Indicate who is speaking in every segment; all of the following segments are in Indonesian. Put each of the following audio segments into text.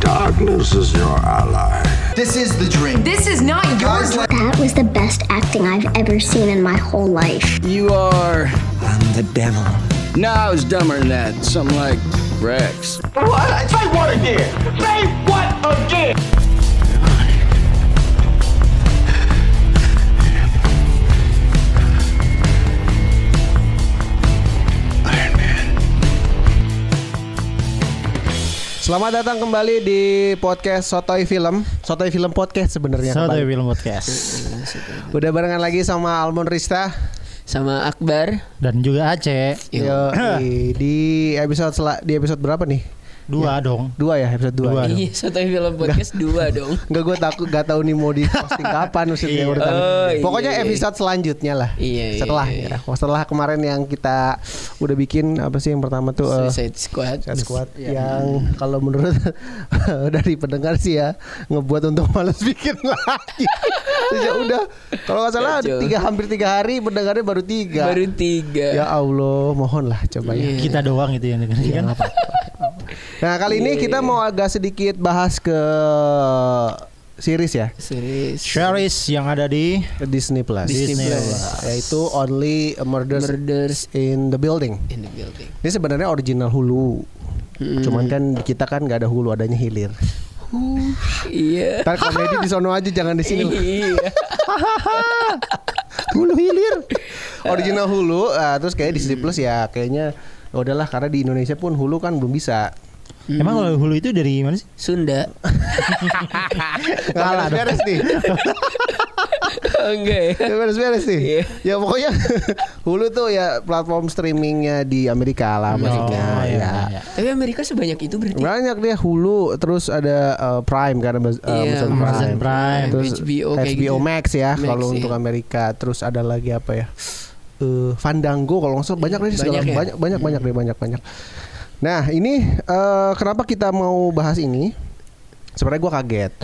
Speaker 1: Darkness is your ally.
Speaker 2: This is the dream.
Speaker 3: This is not your
Speaker 2: Guys like
Speaker 4: That was the best acting I've ever seen in my whole life.
Speaker 5: You are. I'm the devil. No, I was dumber than that. Something like Rex.
Speaker 6: What? Say what again? Say what again?
Speaker 7: Selamat datang kembali di podcast Sotoy Film. Sotoy Film Podcast sebenarnya.
Speaker 8: Soto
Speaker 7: kembali.
Speaker 8: Film Podcast
Speaker 7: Udah barengan lagi sama Almon Rista.
Speaker 5: Sama Akbar.
Speaker 8: dan juga Aceh
Speaker 7: Yo, di episode sela- di episode berapa nih?
Speaker 8: dua dong
Speaker 7: Dua ya, episode dua.
Speaker 8: Dua
Speaker 7: ya?
Speaker 8: dong.
Speaker 5: Iya, satu film podcast dua dong.
Speaker 7: Enggak gue takut gak tahu nih mau di posting kapan maksudnya urutan.
Speaker 5: Oh, iya,
Speaker 7: Pokoknya
Speaker 5: iya.
Speaker 7: episode selanjutnya lah.
Speaker 5: Iya, iya,
Speaker 7: setelah
Speaker 5: iya.
Speaker 7: ya. Setelah kemarin yang kita udah bikin apa sih yang pertama tuh eh,
Speaker 5: Suicide Squad.
Speaker 7: Suicide Squad yang kalau menurut dari pendengar sih ya ngebuat untuk males bikin lagi. Terus ya udah kalau nggak salah
Speaker 5: Kacau.
Speaker 7: tiga hampir tiga hari pendengarnya baru tiga.
Speaker 5: Baru tiga.
Speaker 7: Ya Allah mohon lah coba ya. Iya,
Speaker 8: kita doang itu yang dengerin kan
Speaker 7: Nah kali ini kita mau agak sedikit bahas ke series ya
Speaker 5: Series.
Speaker 8: Sharis yang ada di
Speaker 7: ke Disney Plus.
Speaker 8: Disney Plus.
Speaker 7: Yaitu Only Murders
Speaker 5: Murders
Speaker 7: in the Building.
Speaker 5: in the building.
Speaker 7: Ini sebenarnya original Hulu. Cuman kan di kita kan nggak ada hulu adanya hilir.
Speaker 5: Iya.
Speaker 7: Ntar komedi di sono aja jangan di sini.
Speaker 5: Iya.
Speaker 7: hulu hilir original hulu ah, terus kayak Disney Plus ya kayaknya ya udahlah karena di Indonesia pun hulu kan belum bisa
Speaker 8: emang kalau hulu itu dari mana sih
Speaker 5: Sunda.
Speaker 7: kalah beres nih
Speaker 5: Enggak ya.
Speaker 7: Nggak beres-beres nih
Speaker 5: Iya.
Speaker 7: ya pokoknya hulu tuh ya platform streamingnya di Amerika lah maksudnya
Speaker 8: Oh, iya,
Speaker 7: ya.
Speaker 8: iya.
Speaker 5: Tapi Amerika sebanyak itu berarti.
Speaker 7: banyak dia hulu terus ada uh, Prime karena uh,
Speaker 5: Iya,
Speaker 7: Amazon
Speaker 8: Amazon
Speaker 7: Prime.
Speaker 8: Prime
Speaker 7: terus
Speaker 5: HBO
Speaker 7: HBO,
Speaker 5: kayak gitu.
Speaker 7: Max ya
Speaker 5: Max,
Speaker 7: kalau
Speaker 5: iya.
Speaker 7: untuk Amerika terus ada lagi apa ya Eh, Fandango kalau nggak salah banyak deh segala-
Speaker 5: banyak ya?
Speaker 7: banyak banyak banyak deh banyak banyak nah ini eh, kenapa kita mau bahas ini sebenarnya gua kaget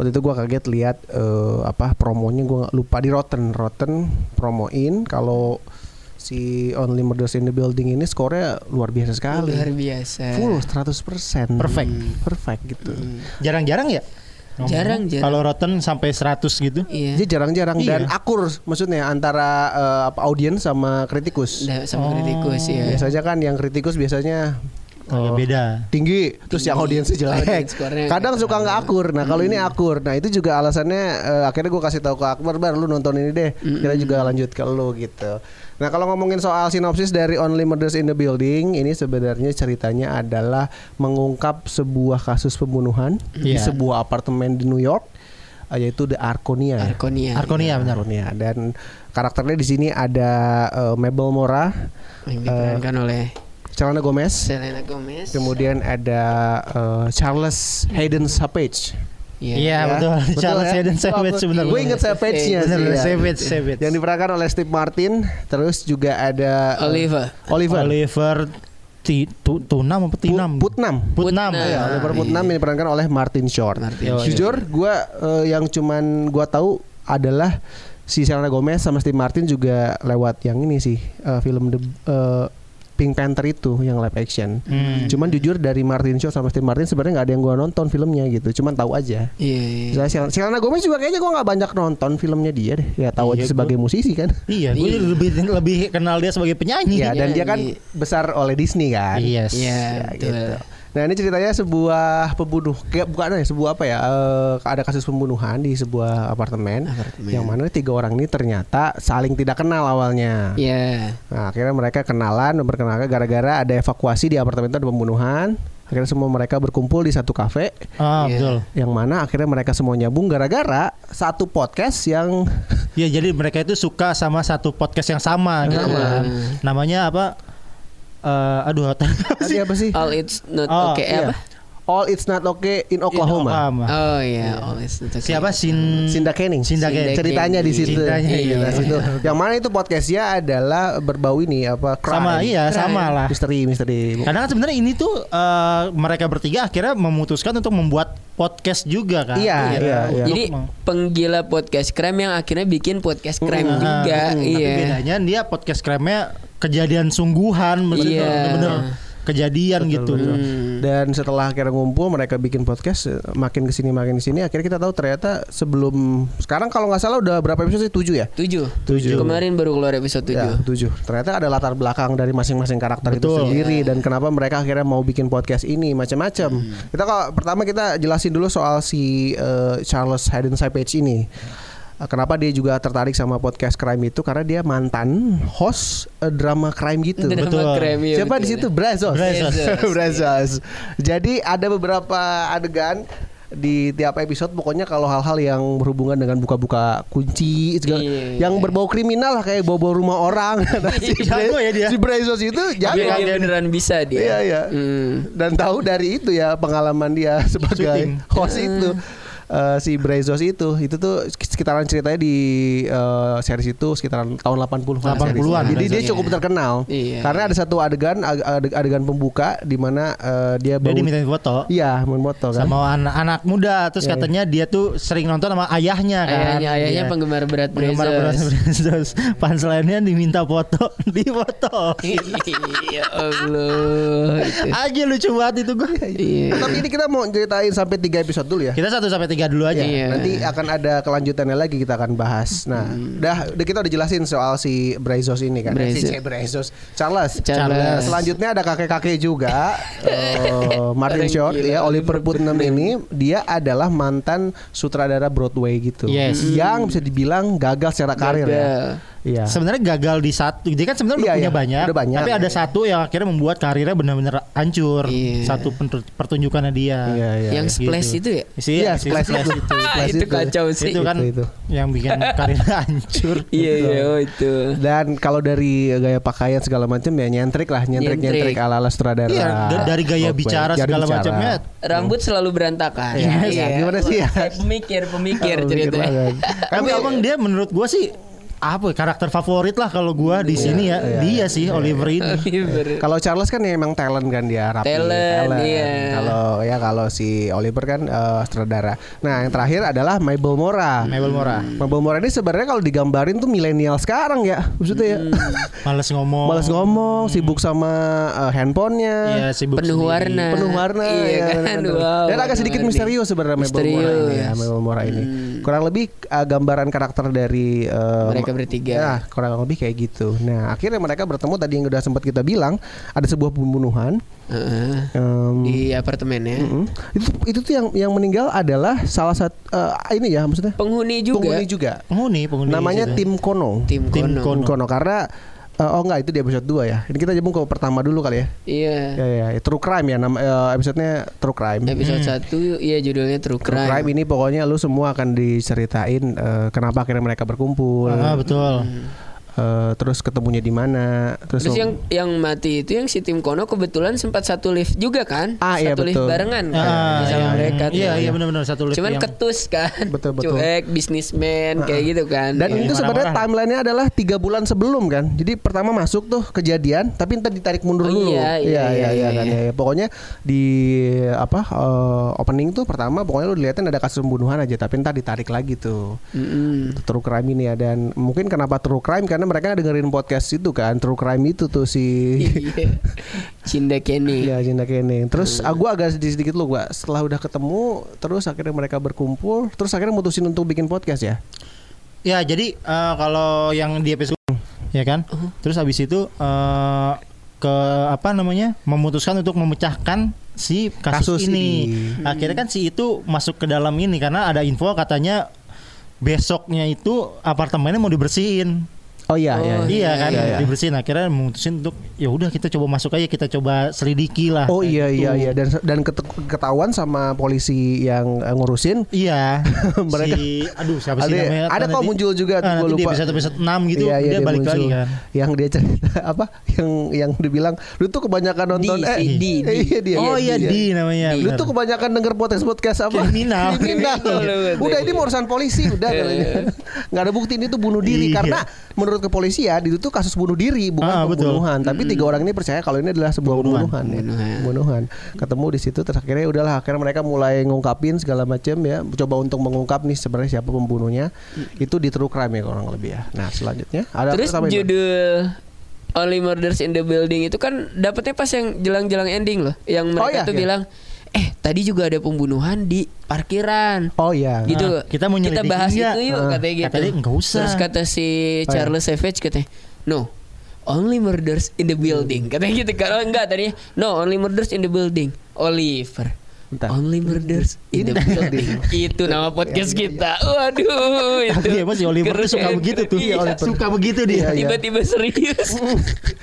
Speaker 7: waktu itu gua kaget lihat eh, apa promonya gua nggak lupa di Rotten Rotten promoin kalau si Only Murders in the Building ini skornya luar biasa sekali
Speaker 5: Luar biasa.
Speaker 2: Eh.
Speaker 7: full 100%
Speaker 8: Perfect.
Speaker 7: perfect gitu
Speaker 8: jarang-jarang ya
Speaker 5: Jarang, jarang.
Speaker 8: kalau rotten sampai 100 gitu
Speaker 5: Iya.
Speaker 7: Dia jarang-jarang
Speaker 8: Iya.
Speaker 7: dan akur maksudnya antara eh, apa audiens sama kritikus.
Speaker 5: Nah, sama kritikus ya.
Speaker 7: Biasanya kan yang kritikus biasanya
Speaker 8: agak
Speaker 7: eh,
Speaker 8: ya beda
Speaker 7: tinggi terus yang audiensnya
Speaker 5: Audience
Speaker 7: jelek.
Speaker 5: score-nya
Speaker 7: Kadang
Speaker 5: nggak
Speaker 7: suka nggak akur. Nah, kalau ini akur. Nah, itu juga alasannya eh, akhirnya gue kasih tahu ke Akbar, "Bar, lu nonton ini deh. Kita juga lanjut ke lu gitu." Nah, kalau ngomongin soal sinopsis dari Only Murders in the Building, ini sebenarnya ceritanya adalah mengungkap sebuah kasus pembunuhan di
Speaker 8: Iya.
Speaker 7: sebuah apartemen di New York eh, yaitu The Arconia. ya.
Speaker 5: Arkonia.
Speaker 8: Arkonia benar
Speaker 7: Karunia. dan karakternya di sini ada eh, Mabel Mora,
Speaker 5: Yang diperankan oleh
Speaker 7: Selena Gomez,
Speaker 5: Selena Gomez.
Speaker 7: Eh, kemudian ada eh, Charles Hayden Savage.
Speaker 5: Iya.
Speaker 8: iya betul Charles
Speaker 7: ya.
Speaker 8: Hayden Savage benar
Speaker 7: Gue inget Savage-nya
Speaker 8: benar
Speaker 7: sih. ya.
Speaker 8: Savage Savage
Speaker 7: Yang diperankan oleh Steve Martin, terus juga ada eh,
Speaker 5: Oliver.
Speaker 7: Oliver.
Speaker 8: Oliver Ti- Tu- Tunam apa
Speaker 7: Pu-
Speaker 8: Tinam
Speaker 7: Putnam.
Speaker 8: Putnam
Speaker 5: Putnam.
Speaker 7: Ya, Oliver Putnam yang diperankan oleh Martin Short.
Speaker 5: Martin
Speaker 7: Yo,
Speaker 5: Short.
Speaker 7: Jujur, gue yang cuman gue tahu adalah si Selena Gomez sama Steve Martin juga lewat yang ini sih eh, film The eh, Pink Panther itu yang live action.
Speaker 8: Hmm.
Speaker 7: Cuman jujur dari Martin Short sama Steve Martin sebenarnya nggak ada yang gue nonton filmnya gitu. Cuman tahu aja.
Speaker 5: Iya. iya.
Speaker 7: Misalnya Sel- Selena Gomez juga kayaknya gue nggak banyak nonton filmnya dia deh. Ya tahu
Speaker 8: Iya,
Speaker 7: aja sebagai musisi kan.
Speaker 8: Iya, gue
Speaker 5: Iya.
Speaker 8: lebih lebih kenal dia sebagai penyanyi.
Speaker 7: Iya dan dia kan
Speaker 5: Iya.
Speaker 7: besar oleh Disney kan.
Speaker 8: Yes.
Speaker 5: Iya,
Speaker 7: Ya,
Speaker 5: betul.
Speaker 7: gitu. Nah ini ceritanya sebuah pembunuh, kayak bukan ya sebuah apa ya? eh, ada kasus pembunuhan di sebuah apartemen,
Speaker 5: Apartemen.
Speaker 7: yang mana tiga orang ini ternyata saling tidak kenal awalnya.
Speaker 5: Iya.
Speaker 7: Nah, akhirnya mereka kenalan, memperkenalkan gara-gara ada evakuasi di apartemen itu ada pembunuhan. Akhirnya semua mereka berkumpul di satu kafe,
Speaker 8: Ah, betul.
Speaker 7: yang mana akhirnya mereka semua nyambung gara-gara satu podcast yang
Speaker 8: Ya jadi mereka itu suka sama satu podcast yang sama gitu kan. Namanya apa? Eh, aduh, apa
Speaker 7: tadi
Speaker 8: sih?
Speaker 7: apa sih?
Speaker 5: All it's not
Speaker 8: Oh,
Speaker 5: okay
Speaker 7: Iya.
Speaker 5: apa?
Speaker 7: All it's not okay in Oklahoma.
Speaker 8: Oklahoma.
Speaker 2: Ah.
Speaker 5: Oh iya, all it's not okay.
Speaker 2: gitu.
Speaker 8: Siapa Sin
Speaker 7: Sinda Kening.
Speaker 8: Sinda Kening.
Speaker 7: Ceritanya di situ.
Speaker 8: Ceritanya,
Speaker 7: Iya,
Speaker 8: iya.
Speaker 7: di situ. Yang mana itu podcastnya adalah berbau ini apa crime.
Speaker 8: Sama iya,
Speaker 5: Crime.
Speaker 8: sama lah.
Speaker 7: Misteri, misteri.
Speaker 8: Kadang kan sebenarnya ini tuh eh, mereka bertiga akhirnya memutuskan untuk membuat podcast juga kan.
Speaker 7: Iya, iya, iya.
Speaker 8: Untuk
Speaker 5: Jadi
Speaker 8: meng-
Speaker 5: penggila podcast crime yang akhirnya bikin podcast crime
Speaker 8: Nah,
Speaker 5: juga,
Speaker 8: tapi
Speaker 5: iya.
Speaker 8: bedanya dia podcast crime-nya kejadian sungguhan maksudnya
Speaker 5: Iya.
Speaker 8: bener-bener kejadian gitu loh.
Speaker 2: Hmm.
Speaker 7: Dan setelah akhirnya ngumpul mereka bikin podcast eh, makin kesini makin kesini akhirnya kita tahu ternyata sebelum sekarang kalau nggak salah udah berapa episode sih tujuh ya?
Speaker 2: Tujuh.
Speaker 8: Tujuh.
Speaker 2: Kemarin baru keluar episode
Speaker 7: Ya, tujuh.
Speaker 2: tujuh.
Speaker 7: Ternyata ada latar belakang dari masing-masing karakter itu
Speaker 8: Betul.
Speaker 7: sendiri
Speaker 2: Iya.
Speaker 7: dan kenapa mereka akhirnya mau bikin podcast ini macam-macam.
Speaker 2: Hmm.
Speaker 7: Kita kalau pertama kita jelasin dulu soal si eh, Charles Hayden Saipage ini. Eh, Kenapa dia juga tertarik sama podcast crime itu karena dia mantan host eh, drama crime gitu.
Speaker 2: Drama
Speaker 8: Betul.
Speaker 2: crime, iya,
Speaker 7: Siapa
Speaker 2: betul.
Speaker 7: di situ Brazos.
Speaker 8: Brazos.
Speaker 2: Iya.
Speaker 7: Brazos. Jadi ada beberapa adegan di tiap episode pokoknya kalau hal-hal yang berhubungan dengan buka-buka kunci segala
Speaker 2: Iya.
Speaker 7: yang berbau kriminal lah kayak bawa-bawa rumah orang Nah, si,
Speaker 8: Jago ya dia.
Speaker 7: si Brazos itu
Speaker 2: Tapi
Speaker 7: jago
Speaker 2: dia Iya, beneran bisa
Speaker 7: Ya,
Speaker 2: dia.
Speaker 7: Iya, iya.
Speaker 2: Hmm.
Speaker 7: dan tahu dari itu ya pengalaman dia sebagai
Speaker 8: Syuting.
Speaker 7: host
Speaker 2: Hmm.
Speaker 7: itu Eh, si Brazos itu itu tuh sekitaran ceritanya di eh, series itu sekitaran tahun 80-an
Speaker 8: 80-an
Speaker 7: seriesnya. jadi dia
Speaker 2: Brazos.
Speaker 7: cukup
Speaker 2: Iya.
Speaker 7: terkenal
Speaker 2: Iya.
Speaker 7: karena ada satu adegan ag- ade- adegan pembuka di mana eh, dia
Speaker 8: Dia
Speaker 7: bau-
Speaker 8: dimintain foto.
Speaker 7: iya main motor kan
Speaker 8: sama anak anak muda terus katanya dia tuh sering nonton sama ayahnya kan
Speaker 2: Ayahnya ayahnya
Speaker 8: Iya.
Speaker 2: penggemar berat
Speaker 8: penggemar Brothers
Speaker 2: Brazos.
Speaker 8: Brothers punchline-nya diminta foto di foto
Speaker 2: Iya Allah. Itu.
Speaker 8: aja lucu banget itu gue
Speaker 2: Iya.
Speaker 7: tapi ini kita mau ceritain sampai tiga episode dulu ya
Speaker 8: kita satu sampai tiga dulu aja
Speaker 2: Iya. Hmm.
Speaker 7: Nanti akan ada kelanjutannya lagi kita akan bahas. Nah, udah udah kita udah jelasin soal si Brazos ini kan.
Speaker 2: Brazos.
Speaker 7: Si C. Brazos. Charles.
Speaker 2: Charles.
Speaker 7: Nah, selanjutnya ada kakek-kakek juga. Eh, Martin Short ya, Oliver Putnam ini dia adalah mantan sutradara Broadway gitu.
Speaker 8: Yes.
Speaker 7: Yang bisa dibilang gagal secara karir ya.
Speaker 2: Gagal.
Speaker 7: Iya.
Speaker 8: sebenarnya gagal di satu dia kan sebenarnya udah
Speaker 7: Iya,
Speaker 8: punya
Speaker 7: iya.
Speaker 8: banyak,
Speaker 7: Udah banyak.
Speaker 8: tapi ada satu yang akhirnya membuat karirnya benar-benar hancur
Speaker 2: Iya.
Speaker 8: satu pen- pertunjukannya dia
Speaker 7: Iya, iya.
Speaker 2: Yang
Speaker 8: Gitu.
Speaker 2: splash itu ya.
Speaker 8: Isi-
Speaker 7: Iya,
Speaker 8: isi
Speaker 7: splash itu.
Speaker 2: Ah,
Speaker 7: Splash
Speaker 2: itu
Speaker 7: itu.
Speaker 2: kacau
Speaker 8: itu,
Speaker 2: sih.
Speaker 8: itu kan
Speaker 7: Itu, itu.
Speaker 8: yang bikin karirnya hancur
Speaker 2: Iya iya oh, itu.
Speaker 7: Dan kalau dari gaya pakaian segala macam ya nyentrik lah, nyentrik-nyentrik
Speaker 2: Nyentrik.
Speaker 7: ala-ala sutradara.
Speaker 8: Iya, da- dari gaya
Speaker 7: Broadway.
Speaker 8: bicara
Speaker 7: Gaya
Speaker 8: segala
Speaker 7: bicara.
Speaker 8: macamnya
Speaker 2: Rambut selalu berantakan.
Speaker 7: Iya, iya. Gimana sih ya?
Speaker 2: Kayak Pemikir
Speaker 7: Oh,
Speaker 2: pemikir
Speaker 7: mikir
Speaker 2: ceritanya.
Speaker 7: banget. Kan
Speaker 8: Tapi
Speaker 7: kalau-
Speaker 8: emang dia menurut gua sih apa ya, karakter favorit lah kalau gua
Speaker 7: Iya,
Speaker 8: di sini ya dia sih Oliver ini.
Speaker 2: Oliver.
Speaker 7: Kalau Charles kan ya emang talent kan dia rapi
Speaker 2: Talent, iya.
Speaker 7: Kalau ya kalau si Oliver kan eh, sutradara. Nah yang terakhir adalah Mabel Mora.
Speaker 8: Mabel Mora.
Speaker 7: Mabel Mora ini sebenarnya kalau digambarin tuh milenial sekarang ya maksudnya ya.
Speaker 8: Males ngomong.
Speaker 7: Males ngomong, sibuk sama eh, handphonenya.
Speaker 8: Hmm. Iya, sibuk
Speaker 2: Penuh
Speaker 8: sendiri.
Speaker 2: warna.
Speaker 7: penuh warna
Speaker 2: Iya
Speaker 7: ya,
Speaker 2: kan?
Speaker 7: bener-bener.
Speaker 2: Wow,
Speaker 7: dan agak
Speaker 2: warna
Speaker 7: sedikit
Speaker 2: warni.
Speaker 7: misterius sebenarnya Mabel Mora ini ya
Speaker 2: Misterius. Hmm.
Speaker 7: Mabel Mora ini kurang lebih eh, gambaran karakter dari eh,
Speaker 2: Mereka
Speaker 7: ma-
Speaker 2: bertiga.
Speaker 7: ya kurang lebih kayak gitu nah akhirnya mereka bertemu tadi yang udah sempat kita bilang ada sebuah pembunuhan
Speaker 2: Heeh.
Speaker 7: Em,
Speaker 2: Di apartemennya.
Speaker 7: mm, itu itu tuh yang yang meninggal adalah salah satu eh, ini ya maksudnya
Speaker 2: Penghuni juga.
Speaker 7: penghuni juga
Speaker 8: Penghuni, penghuni.
Speaker 7: namanya
Speaker 8: gitu.
Speaker 7: Tim Kono
Speaker 2: Tim
Speaker 8: Tim
Speaker 2: Kono.
Speaker 8: Kono.
Speaker 7: Tim Kono karena eh, oh enggak itu di episode 2 ya ini kita nyambung ke pertama dulu kali ya
Speaker 2: Iya.
Speaker 7: ya ya, ya. True Crime ya nama eh, episode-nya True Crime
Speaker 2: Episode satu iya judulnya True
Speaker 7: True
Speaker 2: Crime.
Speaker 7: crime. ini pokoknya lu semua akan diceritain eh, kenapa akhirnya mereka berkumpul.
Speaker 8: Ah, betul.
Speaker 7: Eh, terus ketemunya di mana? Terus,
Speaker 2: Terus yang yang mati itu yang si Tim Kono kebetulan sempat satu lift juga kan?
Speaker 7: Ah, iya,
Speaker 2: satu lift
Speaker 7: betul.
Speaker 2: barengan kan
Speaker 8: Ah,
Speaker 2: bersama
Speaker 8: iya,
Speaker 2: mereka. tuh.
Speaker 8: Iya, iya benar-benar satu lift
Speaker 2: Cuman
Speaker 8: yang-
Speaker 2: ketus kan.
Speaker 7: Betul, betul. Ah,
Speaker 2: Cuek, bisnismen kayak gitu kan.
Speaker 7: dan
Speaker 2: Iya.
Speaker 8: marah-marah.
Speaker 7: itu sebenarnya timelinenya adalah tiga bulan sebelum kan. Jadi pertama masuk tuh kejadian, tapi ntar ditarik mundur
Speaker 2: Oh,
Speaker 7: dulu. iya,
Speaker 2: iya, iya, iya,
Speaker 7: iya,
Speaker 2: iya.
Speaker 7: kan, iya, iya. Pokoknya di apa eh, opening tuh pertama pokoknya lu dilihatin ada kasus pembunuhan aja, tapi ntar ditarik lagi tuh.
Speaker 2: Mm-mm.
Speaker 7: True crime ini ya dan mungkin kenapa true crime karena mereka dengerin podcast itu kan true crime itu tuh si
Speaker 2: Iya. Cinda Kenny.
Speaker 7: Iya Jinda Kening. Terus aku agak sedih sedikit lu gua setelah udah ketemu terus akhirnya mereka berkumpul terus akhirnya mutusin untuk bikin podcast ya.
Speaker 8: Ya, jadi eh, kalau yang di episode ya kan?
Speaker 7: Uh-huh.
Speaker 8: Terus habis itu eh, ke apa namanya? memutuskan untuk memecahkan si kasus, ini.
Speaker 7: Kasus ini. Hmm.
Speaker 8: Akhirnya kan si itu masuk ke dalam ini karena ada info katanya besoknya itu apartemennya mau dibersihin.
Speaker 7: Oh iya iya.
Speaker 8: Iya kan,
Speaker 7: Iya, iya.
Speaker 8: dibersihin akhirnya memutusin untuk ya udah kita coba masuk aja, kita coba selidiki lah.
Speaker 7: Oh
Speaker 8: Kayak
Speaker 7: iya
Speaker 8: gitu.
Speaker 7: iya iya dan dan ketet- ketahuan sama polisi yang eh, ngurusin
Speaker 8: Iya.
Speaker 7: Mereka-
Speaker 8: si, aduh siapa sih
Speaker 7: ada,
Speaker 8: namanya?
Speaker 7: ada kok
Speaker 8: Nanti-
Speaker 7: muncul juga tuh
Speaker 8: Ah,
Speaker 7: gua
Speaker 8: nanti
Speaker 7: lupa.
Speaker 8: Di episode episode 6 gitu
Speaker 7: Iya, iya,
Speaker 8: dia, balik
Speaker 7: muncul.
Speaker 8: lagi kan.
Speaker 7: Yang dia cerita apa? Yang yang dibilang lu tuh kebanyakan nonton
Speaker 2: Di, si Di,
Speaker 7: eh,
Speaker 2: Di.
Speaker 7: iya dia.
Speaker 8: oh iya
Speaker 7: Iya.
Speaker 8: di namanya.
Speaker 7: Lu
Speaker 8: benar.
Speaker 7: tuh kebanyakan denger podcast podcast apa?
Speaker 8: Kriminal.
Speaker 7: Kriminal.
Speaker 2: Kriminal.
Speaker 7: udah ini mau urusan polisi udah katanya. nggak ada bukti ini tuh bunuh diri
Speaker 8: Iya.
Speaker 7: karena menurut kepolisian itu tuh kasus bunuh diri bukan
Speaker 8: Ah, betul.
Speaker 7: pembunuhan. Tapi tiga orang ini percaya kalau ini adalah sebuah pembunuhan.
Speaker 8: Pembunuhan.
Speaker 7: ya. Pembunuhan. Ketemu di situ terus akhirnya udahlah akhirnya mereka mulai ngungkapin segala macam ya. Coba untuk mengungkap nih sebenarnya siapa pembunuhnya. Itu di true crime ya kurang lebih ya. Nah selanjutnya ada
Speaker 2: Terus
Speaker 7: tambahin, Bang?
Speaker 2: judul Only Murders in the Building itu kan dapetnya pas yang jelang-jelang ending loh, yang mereka
Speaker 7: Oh, iya,
Speaker 2: tuh
Speaker 7: iya.
Speaker 2: bilang, eh tadi juga ada pembunuhan di parkiran.
Speaker 7: Oh ya.
Speaker 2: gitu
Speaker 8: Nah, kita mau
Speaker 2: kita
Speaker 8: nyelidiki
Speaker 2: bahas
Speaker 8: nggak?
Speaker 2: itu yuk
Speaker 7: Nah,
Speaker 2: katanya gitu
Speaker 8: katanya nggak usah.
Speaker 2: terus kata
Speaker 7: Oh,
Speaker 2: si
Speaker 7: iya.
Speaker 2: Charles Savage katanya no only murders in the building katanya gitu kalau enggak tadinya no only murders in the building Oliver
Speaker 7: Bentar.
Speaker 2: Only murders in the building. itu nama
Speaker 7: Iya,
Speaker 2: podcast kita. Waduh, itu.
Speaker 8: Iya, Mas, si Oliver tuh suka
Speaker 2: keren.
Speaker 8: begitu tuh.
Speaker 2: Iya,
Speaker 7: Oliver.
Speaker 8: Suka begitu dia.
Speaker 7: Iya, iya.
Speaker 2: Tiba-tiba serius.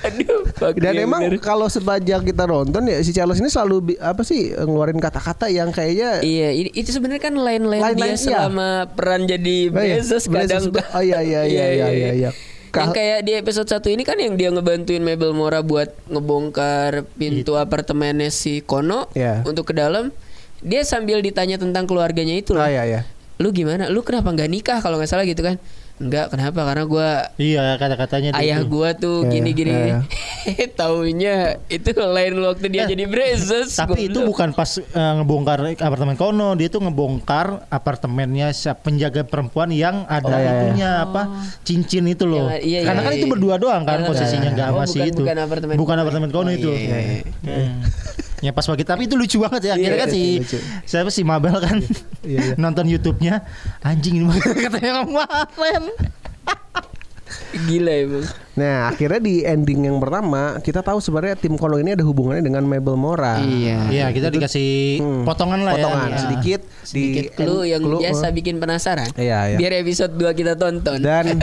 Speaker 2: Aduh, bagus
Speaker 7: Dan
Speaker 2: ya,
Speaker 7: emang
Speaker 2: bener.
Speaker 7: kalau sepanjang kita nonton ya si Charles ini selalu bi- apa sih ngeluarin kata-kata yang kayaknya
Speaker 2: Iya, ini- itu sebenarnya kan lain-lain
Speaker 7: Lain-lain,
Speaker 2: dia
Speaker 7: iya.
Speaker 2: selama peran jadi
Speaker 7: Oh iya,
Speaker 2: Bezos
Speaker 7: Bezos
Speaker 2: kadang.
Speaker 7: juga. Oh iya, iya, iya, iya, iya, iya.
Speaker 2: Yang
Speaker 7: Kah-
Speaker 2: kayak di episode satu ini kan yang dia ngebantuin Mabel Mora buat ngebongkar pintu apartemennya si Kono
Speaker 7: Iya.
Speaker 2: untuk ke dalam. Dia sambil ditanya tentang keluarganya itu
Speaker 8: Oh,
Speaker 2: loh.
Speaker 7: Ah,
Speaker 8: iya,
Speaker 7: ya ya.
Speaker 2: Lu gimana? Lu kenapa nggak nikah kalau nggak salah gitu kan? Enggak, kenapa? Karena gua
Speaker 8: Iya, kata-katanya dia
Speaker 2: ayah
Speaker 8: tuh.
Speaker 2: gua tuh
Speaker 7: Iya,
Speaker 2: gini-gini.
Speaker 7: iya,
Speaker 2: Taunya itu lain waktu dia
Speaker 8: Eh,
Speaker 2: jadi Bezos.
Speaker 8: Tapi itu
Speaker 2: goblok.
Speaker 8: bukan pas eh, ngebongkar apartemen Kono, dia tuh ngebongkar apartemennya si- penjaga perempuan yang ada
Speaker 7: Oh, iya, iya.
Speaker 8: itunya apa cincin itu loh.
Speaker 2: Yang- iya, iya,
Speaker 8: Karena kan
Speaker 2: iya,
Speaker 8: itu
Speaker 2: iya.
Speaker 8: berdua doang kan
Speaker 2: Iya, iya,
Speaker 8: posisinya
Speaker 2: iya.
Speaker 8: nggak
Speaker 2: Oh,
Speaker 8: sama si
Speaker 2: bukan-
Speaker 8: itu.
Speaker 2: bukan apartemen
Speaker 8: bukan
Speaker 2: Kono.
Speaker 8: apartemen Kono
Speaker 2: Oh,
Speaker 8: itu.
Speaker 2: iya, iya, iya.
Speaker 8: Hmm. Ya pas pagi tapi itu lucu banget ya akhirnya kan
Speaker 7: Iya,
Speaker 8: si
Speaker 7: lucu.
Speaker 8: siapa si Mabel kan
Speaker 7: Iya, iya.
Speaker 8: nonton YouTube-nya anjing ini katanya kemarin.
Speaker 2: gila emang.
Speaker 7: Nah, akhirnya di ending yang pertama kita tahu sebenarnya tim Kono ini ada hubungannya dengan Mabel Mora.
Speaker 8: Iya, kita
Speaker 7: Nah, Itu-
Speaker 8: dikasih
Speaker 7: Hmm.
Speaker 8: potongan lah
Speaker 7: Potongan
Speaker 8: ya. Iya.
Speaker 7: sedikit,
Speaker 2: sedikit
Speaker 7: di
Speaker 2: clue yang
Speaker 7: clue,
Speaker 2: biasa
Speaker 7: eh.
Speaker 2: bikin penasaran.
Speaker 7: Iya, iya.
Speaker 2: Biar episode 2 kita tonton.
Speaker 7: Dan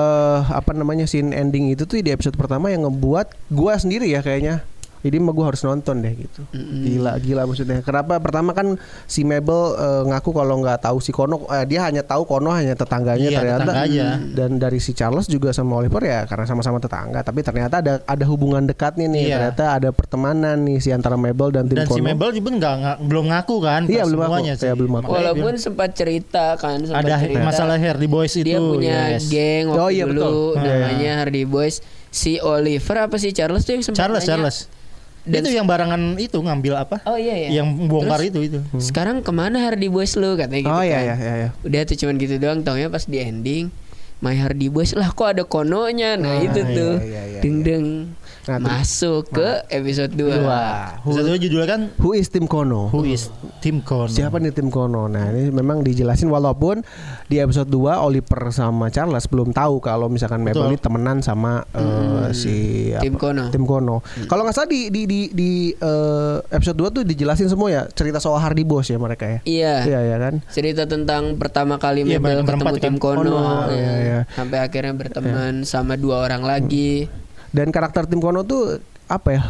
Speaker 7: eh apa namanya scene ending itu tuh di episode pertama yang ngebuat gua sendiri ya kayaknya. Jadi mah gua harus nonton deh gitu. Gila gila maksudnya. Kenapa pertama kan si Mabel eh, ngaku kalau nggak tahu si Kono eh, dia hanya tahu Kono hanya tetangganya
Speaker 8: Iya,
Speaker 7: ternyata.
Speaker 8: tetangganya.
Speaker 7: Dan dari si Charles juga sama Oliver ya karena sama-sama tetangga, tapi ternyata ada ada hubungan dekat nih nih.
Speaker 8: Iya.
Speaker 7: Ternyata ada pertemanan nih si antara Mabel dan tim
Speaker 8: Dan
Speaker 7: Kono.
Speaker 8: si Mabel juga nggak nggak- belum ngaku kan
Speaker 7: Iya,
Speaker 8: pas
Speaker 7: belum ngaku.
Speaker 8: semuanya sih.
Speaker 7: Iya, belum ngaku.
Speaker 8: Makanya
Speaker 2: Eh, Walaupun sempat cerita kan sempat
Speaker 8: ada
Speaker 2: cerita,
Speaker 8: masalah Hardy Boys itu
Speaker 2: dia punya
Speaker 8: yes.
Speaker 2: geng waktu
Speaker 7: Oh, iya,
Speaker 2: dulu
Speaker 7: betul. Ah,
Speaker 2: namanya Hardy Boys. Si Oliver apa sih Charles tuh yang sempat
Speaker 8: Charles
Speaker 2: nanya.
Speaker 8: Charles
Speaker 2: Dan-
Speaker 8: itu yang barangan itu ngambil apa
Speaker 2: Oh iya iya.
Speaker 8: yang bongkar
Speaker 2: Terus,
Speaker 8: itu itu
Speaker 2: Sekarang kemana Hardy Boys lu katanya gitu
Speaker 7: Hmm. Oh iya
Speaker 2: kan.
Speaker 7: iya iya. iya.
Speaker 2: Udah tuh cuman gitu doang taunya pas di ending My Hardy Boys lah kok ada kononya Nah itu
Speaker 7: iya,
Speaker 2: tuh
Speaker 7: iya, iya,
Speaker 2: Deng deng
Speaker 7: Nah, terus- Nah.
Speaker 2: Masuk ke episode 2
Speaker 7: Who,
Speaker 8: satu judulnya kan
Speaker 7: who is tim Kono?
Speaker 8: Who is Tim Kono
Speaker 7: Siapa nih tim Kono? Nah ini memang dijelasin walaupun di episode 2 Oliver sama Charles belum tahu kalau misalkan Mabel
Speaker 8: Betul. Hmm.
Speaker 7: ini temenan sama eh, si
Speaker 2: Tim Kono.
Speaker 7: Tim Kono. Kalau nggak salah di di di, di, eh, episode 2 tuh dijelasin semua ya cerita soal Hardy Boss ya mereka ya.
Speaker 2: Iya
Speaker 7: Iya ya kan.
Speaker 2: cerita tentang pertama kali
Speaker 8: Iya, mereka
Speaker 2: Mabel
Speaker 8: berempat
Speaker 2: ketemu
Speaker 8: kan?
Speaker 2: tim Kono,
Speaker 7: Kono,
Speaker 2: ya.
Speaker 7: iya, iya.
Speaker 2: sampai akhirnya berteman sama dua orang lagi.
Speaker 7: Dan karakter tim Kono tuh apa ya?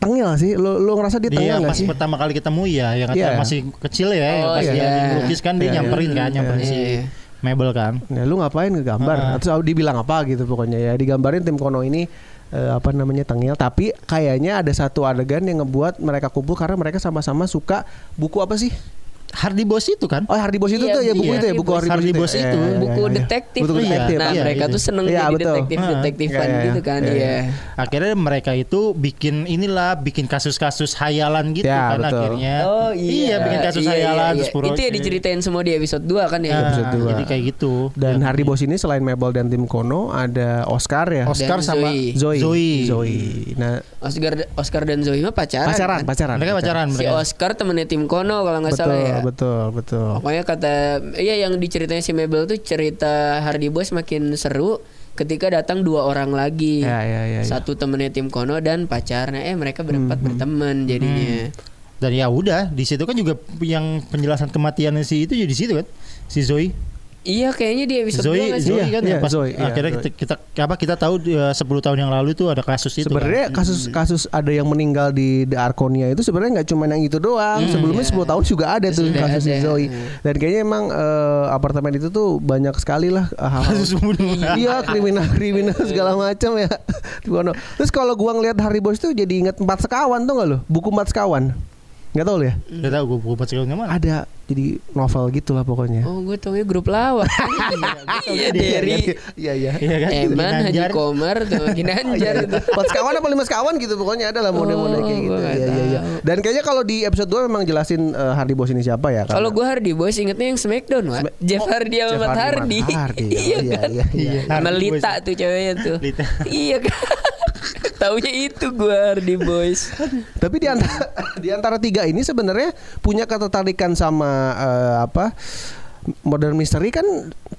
Speaker 7: Tengil sih. Lo lo ngerasa dia
Speaker 8: dia
Speaker 7: tengil nggak
Speaker 8: Iya, pas
Speaker 7: sih?
Speaker 8: pertama kali ketemu ya yang kata
Speaker 7: Iya.
Speaker 8: masih kecil ya yang
Speaker 2: Oh,
Speaker 8: pas
Speaker 2: iya.
Speaker 8: dia lukis kan dia
Speaker 7: Iya,
Speaker 8: nyamperin
Speaker 7: iya.
Speaker 8: kan nyamperin
Speaker 2: Iya,
Speaker 8: si
Speaker 2: iya.
Speaker 8: Mabel kan
Speaker 7: Nah, lu ngapain ngegambar?
Speaker 8: Ah.
Speaker 7: Atau dibilang apa gitu pokoknya ya. Digambarin tim Kono ini eh, apa namanya tengil tapi kayaknya ada satu adegan yang ngebuat mereka kumpul karena mereka sama-sama suka buku apa sih?
Speaker 8: Hardy Boys itu kan
Speaker 7: Oh, Hardy Boss itu
Speaker 2: Iya,
Speaker 7: tuh ya buku
Speaker 2: iya,
Speaker 7: itu ya
Speaker 2: Hardy
Speaker 7: buku
Speaker 2: Boys.
Speaker 7: Hardy,
Speaker 8: Hardy
Speaker 7: Boys
Speaker 8: Boss itu,
Speaker 7: Iya, iya,
Speaker 2: Buku
Speaker 7: iya.
Speaker 2: detektif,
Speaker 7: Buku
Speaker 2: iya.
Speaker 7: detektif.
Speaker 2: Nah
Speaker 8: Iya,
Speaker 2: mereka
Speaker 8: iya.
Speaker 2: tuh seneng
Speaker 7: Iya,
Speaker 2: jadi
Speaker 7: betul.
Speaker 2: detektif-detektifan
Speaker 7: Iya, iya.
Speaker 2: gitu kan,
Speaker 7: Iya,
Speaker 2: iya.
Speaker 7: iya.
Speaker 8: akhirnya mereka itu bikin inilah bikin kasus-kasus hayalan gitu
Speaker 7: Ya,
Speaker 8: kan
Speaker 7: betul.
Speaker 8: akhirnya
Speaker 2: Oh
Speaker 8: iya bikin kasus
Speaker 2: iya, iya,
Speaker 8: hayalan
Speaker 2: iya.
Speaker 8: terus pura-
Speaker 2: Itu ya diceritain semua di episode 2 kan ya.
Speaker 8: Nah,
Speaker 7: Episode dua.
Speaker 8: jadi kayak gitu
Speaker 7: Dan Hardy Boss ini selain Mabel dan tim Kono ada Oscar ya.
Speaker 8: Oscar
Speaker 2: Dan
Speaker 8: sama
Speaker 2: Zoe.
Speaker 7: Zoe.
Speaker 8: Zoe. Eh,
Speaker 7: Zoe. Nah,
Speaker 2: Iya. Oscar Oscar dan Zoe mah pacaran.
Speaker 7: pacaran,
Speaker 2: kan?
Speaker 7: pacaran.
Speaker 8: mereka pacaran
Speaker 2: Si
Speaker 8: mereka.
Speaker 2: Oscar temennya tim Kono kalau nggak
Speaker 7: Betul,
Speaker 2: salah ya.
Speaker 7: betul, betul.
Speaker 2: Pokoknya kata iya yang diceritain si Mabel tuh cerita Hardy Boys makin seru ketika datang dua orang lagi.
Speaker 7: Ya, ya, ya, ya.
Speaker 2: Satu temennya tim Kono dan pacarnya. Eh mereka berempat berteman jadinya.
Speaker 8: Dan ya udah, di situ kan juga yang penjelasan kematiannya si itu jadi di situ kan. Si Zoe.
Speaker 2: Iya kayaknya di episode dua
Speaker 8: Zoe,
Speaker 2: nggak sih?
Speaker 8: Zoe
Speaker 7: Iya,
Speaker 8: kan
Speaker 7: iya,
Speaker 8: ya pas
Speaker 7: Zoe, iya,
Speaker 8: akhirnya
Speaker 7: Zoe.
Speaker 8: kita, kita apa kita tahu ya, 10 tahun yang lalu itu ada kasus itu.
Speaker 2: Gitu
Speaker 7: Sebenarnya
Speaker 8: kan.
Speaker 7: kasus-kasus ada yang meninggal di The Arconia itu sebenarnya nggak cuma yang itu doang. Sebelumnya
Speaker 2: iya.
Speaker 7: 10 tahun juga ada tuh
Speaker 2: Sudah
Speaker 7: kasus
Speaker 2: ada,
Speaker 7: Zoe.
Speaker 2: iya.
Speaker 7: Dan kayaknya emang eh, apartemen itu tuh banyak sekali lah eh, hal-hal.
Speaker 8: kasus pembunuhan.
Speaker 7: iya kriminal kriminal
Speaker 2: Iya.
Speaker 7: segala macam ya. Di Bono. Terus kalau gua ngelihat Harry Boys tuh jadi inget empat sekawan tuh nggak lo? Buku empat sekawan. Nggak tahu lo ya?
Speaker 8: Gak tahu gue buka sekarang mana.
Speaker 7: Ada jadi novel gitulah pokoknya.
Speaker 2: Oh gue taunya grup lawak Iya dari
Speaker 7: Iya iya.
Speaker 8: Iya kan?
Speaker 2: Eman Haji
Speaker 8: Ginanjar.
Speaker 2: Komar tuh Ginanjar
Speaker 7: Iya, iya.
Speaker 2: tuh.
Speaker 7: Empat sekawan apa lima sekawan gitu pokoknya ada lah mode-mode kayak
Speaker 2: Oh,
Speaker 7: gitu.
Speaker 2: gua nggak
Speaker 7: Iya iya iya. Iya. Dan kayaknya kalau di episode 2 memang jelasin eh, Hardy Boys ini siapa ya?
Speaker 2: Kalau gue Hardy Boys ingetnya yang Smackdown, Wak.
Speaker 7: Sme- Oh,
Speaker 2: Jeff Hardy sama
Speaker 7: Jeff
Speaker 2: Matt
Speaker 7: Hardy,
Speaker 2: Hardy.
Speaker 7: Matt Hardy.
Speaker 2: iya
Speaker 7: Iya,
Speaker 2: kan?
Speaker 7: iya, iya.
Speaker 2: Sama
Speaker 8: Hardy
Speaker 2: Lita
Speaker 8: Boys.
Speaker 2: tuh ceweknya tuh.
Speaker 8: Lita.
Speaker 2: iya kan? Taunya itu gue Hardy Boys.
Speaker 7: Tapi di antara di antara tiga ini sebenarnya punya ketertarikan sama eh, apa? Modern Mystery kan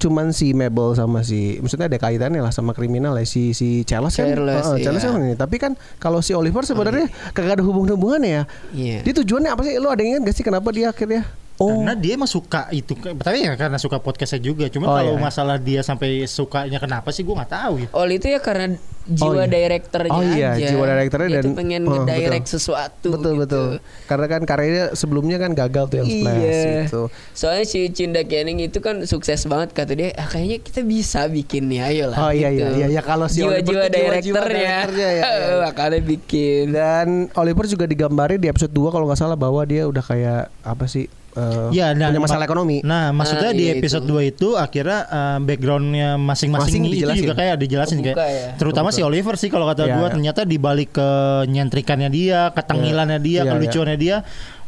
Speaker 7: cuman si Mabel sama si maksudnya ada kaitannya lah sama kriminal ya si si Charles kan.
Speaker 2: Charles,
Speaker 7: Heeh, Charles
Speaker 2: iya. Oh,
Speaker 7: kan ini. Tapi kan kalau si Oliver sebenarnya kagak ada hubungan-hubungannya ya.
Speaker 2: Iya.
Speaker 7: Dia tujuannya apa sih? Lo ada yang ingat gak sih kenapa dia akhirnya Oh,
Speaker 8: Karena dia emang suka itu, tapi ya karena suka podcastnya juga. Cuma
Speaker 7: Oh,
Speaker 8: kalau
Speaker 7: iya.
Speaker 8: masalah dia sampai sukanya kenapa sih gue nggak tahu ya.
Speaker 2: Oli itu ya karena jiwa
Speaker 7: Oh, iya.
Speaker 2: direkturnya
Speaker 7: Oh, iya,
Speaker 2: aja.
Speaker 7: jiwa directornya
Speaker 2: Dia
Speaker 7: dan-
Speaker 2: tuh pengen
Speaker 7: Oh,
Speaker 2: ngedirect
Speaker 7: betul.
Speaker 2: sesuatu.
Speaker 7: betul
Speaker 2: gitu.
Speaker 7: betul. Karena kan karirnya sebelumnya kan gagal tuh yang Splash gitu.
Speaker 2: Iya.
Speaker 7: itu.
Speaker 2: Soalnya si Cinda Canning itu kan sukses banget kata dia. Ah, kayaknya kita bisa bikin nih, ayolah.
Speaker 7: Oh, iya,
Speaker 2: gitu.
Speaker 7: iya, iya, iya. Kalau si Oliver
Speaker 2: jiwa-jiwa
Speaker 7: tuh jiwa-jiwa
Speaker 2: direkturnya,
Speaker 7: directornya, ya, ya, ya.
Speaker 2: makanya bikin.
Speaker 7: Dan Oliver juga digambarin di episode 2 kalau nggak salah bahwa dia udah kayak apa sih eh,
Speaker 8: Ya, nah,
Speaker 7: punya masalah
Speaker 8: ma-
Speaker 7: ekonomi.
Speaker 8: Nah, maksudnya
Speaker 2: Ah,
Speaker 8: di
Speaker 2: iya
Speaker 8: episode 2 itu akhirnya eh, backgroundnya masing-masing
Speaker 7: Masing
Speaker 8: itu
Speaker 7: dijelasin.
Speaker 8: juga kayak dijelasin
Speaker 2: Kebuka
Speaker 8: kayak
Speaker 2: ya.
Speaker 8: terutama si Oliver sih kalau kata
Speaker 7: Iya,
Speaker 8: gua
Speaker 7: iya.
Speaker 8: ternyata di balik ke nyentrikannya dia, ketengilannya dia,
Speaker 7: Iya, iya.
Speaker 8: kelucuannya dia,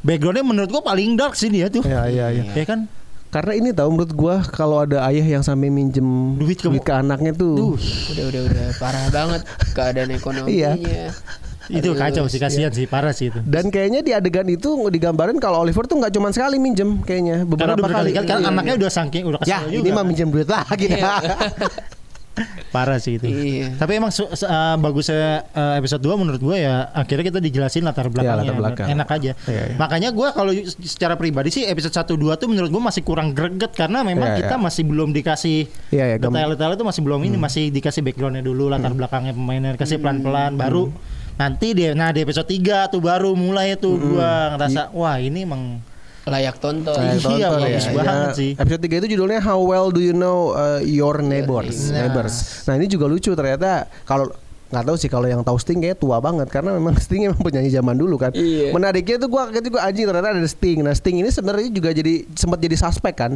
Speaker 8: backgroundnya menurut gua paling dark sih dia tuh.
Speaker 7: Iya, iya, iya.
Speaker 8: Ya kan?
Speaker 7: Karena ini tahu menurut gua kalau ada ayah yang sampai minjem
Speaker 8: Duit
Speaker 7: duit
Speaker 8: ke-
Speaker 7: ke, anaknya tuh.
Speaker 2: Udah udah udah parah banget keadaan ekonominya.
Speaker 7: Iya.
Speaker 8: Itu
Speaker 2: Aduh, iya.
Speaker 8: kacau sih kasihan sih, parah sih itu.
Speaker 7: Dan kayaknya di adegan itu digambarin kalau Oliver tuh nggak cuma sekali minjem kayaknya
Speaker 8: Karena udah
Speaker 7: beberapa
Speaker 8: berkali
Speaker 7: kali.
Speaker 8: kan
Speaker 7: Iya.
Speaker 8: anaknya udah saking udah kesel
Speaker 7: ya
Speaker 8: juga. Iya.
Speaker 7: ini mah minjem duit lagi.
Speaker 8: Parah sih itu.
Speaker 2: Iya.
Speaker 8: Tapi emang su- se- uh, bagusnya uh, episode 2 menurut gue ya akhirnya kita dijelasin latar belakangnya.
Speaker 7: Iya, latar belakang.
Speaker 8: Enak aja.
Speaker 7: Iya, iya.
Speaker 8: Makanya gue kalau y- secara pribadi sih episode 1 2 tuh menurut gue masih kurang greget karena memang
Speaker 7: Iya,
Speaker 8: kita
Speaker 7: iya.
Speaker 8: masih belum dikasih
Speaker 7: Iya, Hmm. iya, gam-
Speaker 8: detail-detail itu masih belum ini masih dikasih backgroundnya dulu latar belakangnya pemainnya kasih pelan-pelan baru
Speaker 7: Hmm.
Speaker 8: nanti dia nah di episode 3 tuh baru mulai tuh gue ngerasa
Speaker 7: Iya.
Speaker 8: wah ini emang
Speaker 2: Layak tonton.
Speaker 8: Layak
Speaker 7: Tonton
Speaker 8: Iya,
Speaker 7: ya.
Speaker 8: bagus
Speaker 7: Iya.
Speaker 8: banget sih.
Speaker 7: Episode 3 itu judulnya How Well Do You Know uh, Your Neighbors.
Speaker 8: Nah.
Speaker 7: Neighbors. Nah, ini juga lucu ternyata kalau nggak tahu sih kalau yang tahu Sting kayak tua banget karena memang Sting emang penyanyi zaman dulu kan.
Speaker 2: Iya.
Speaker 7: Menariknya tuh gua kaget juga anjing ternyata ada Sting. Nah, Sting ini sebenarnya juga jadi sempat jadi suspek kan.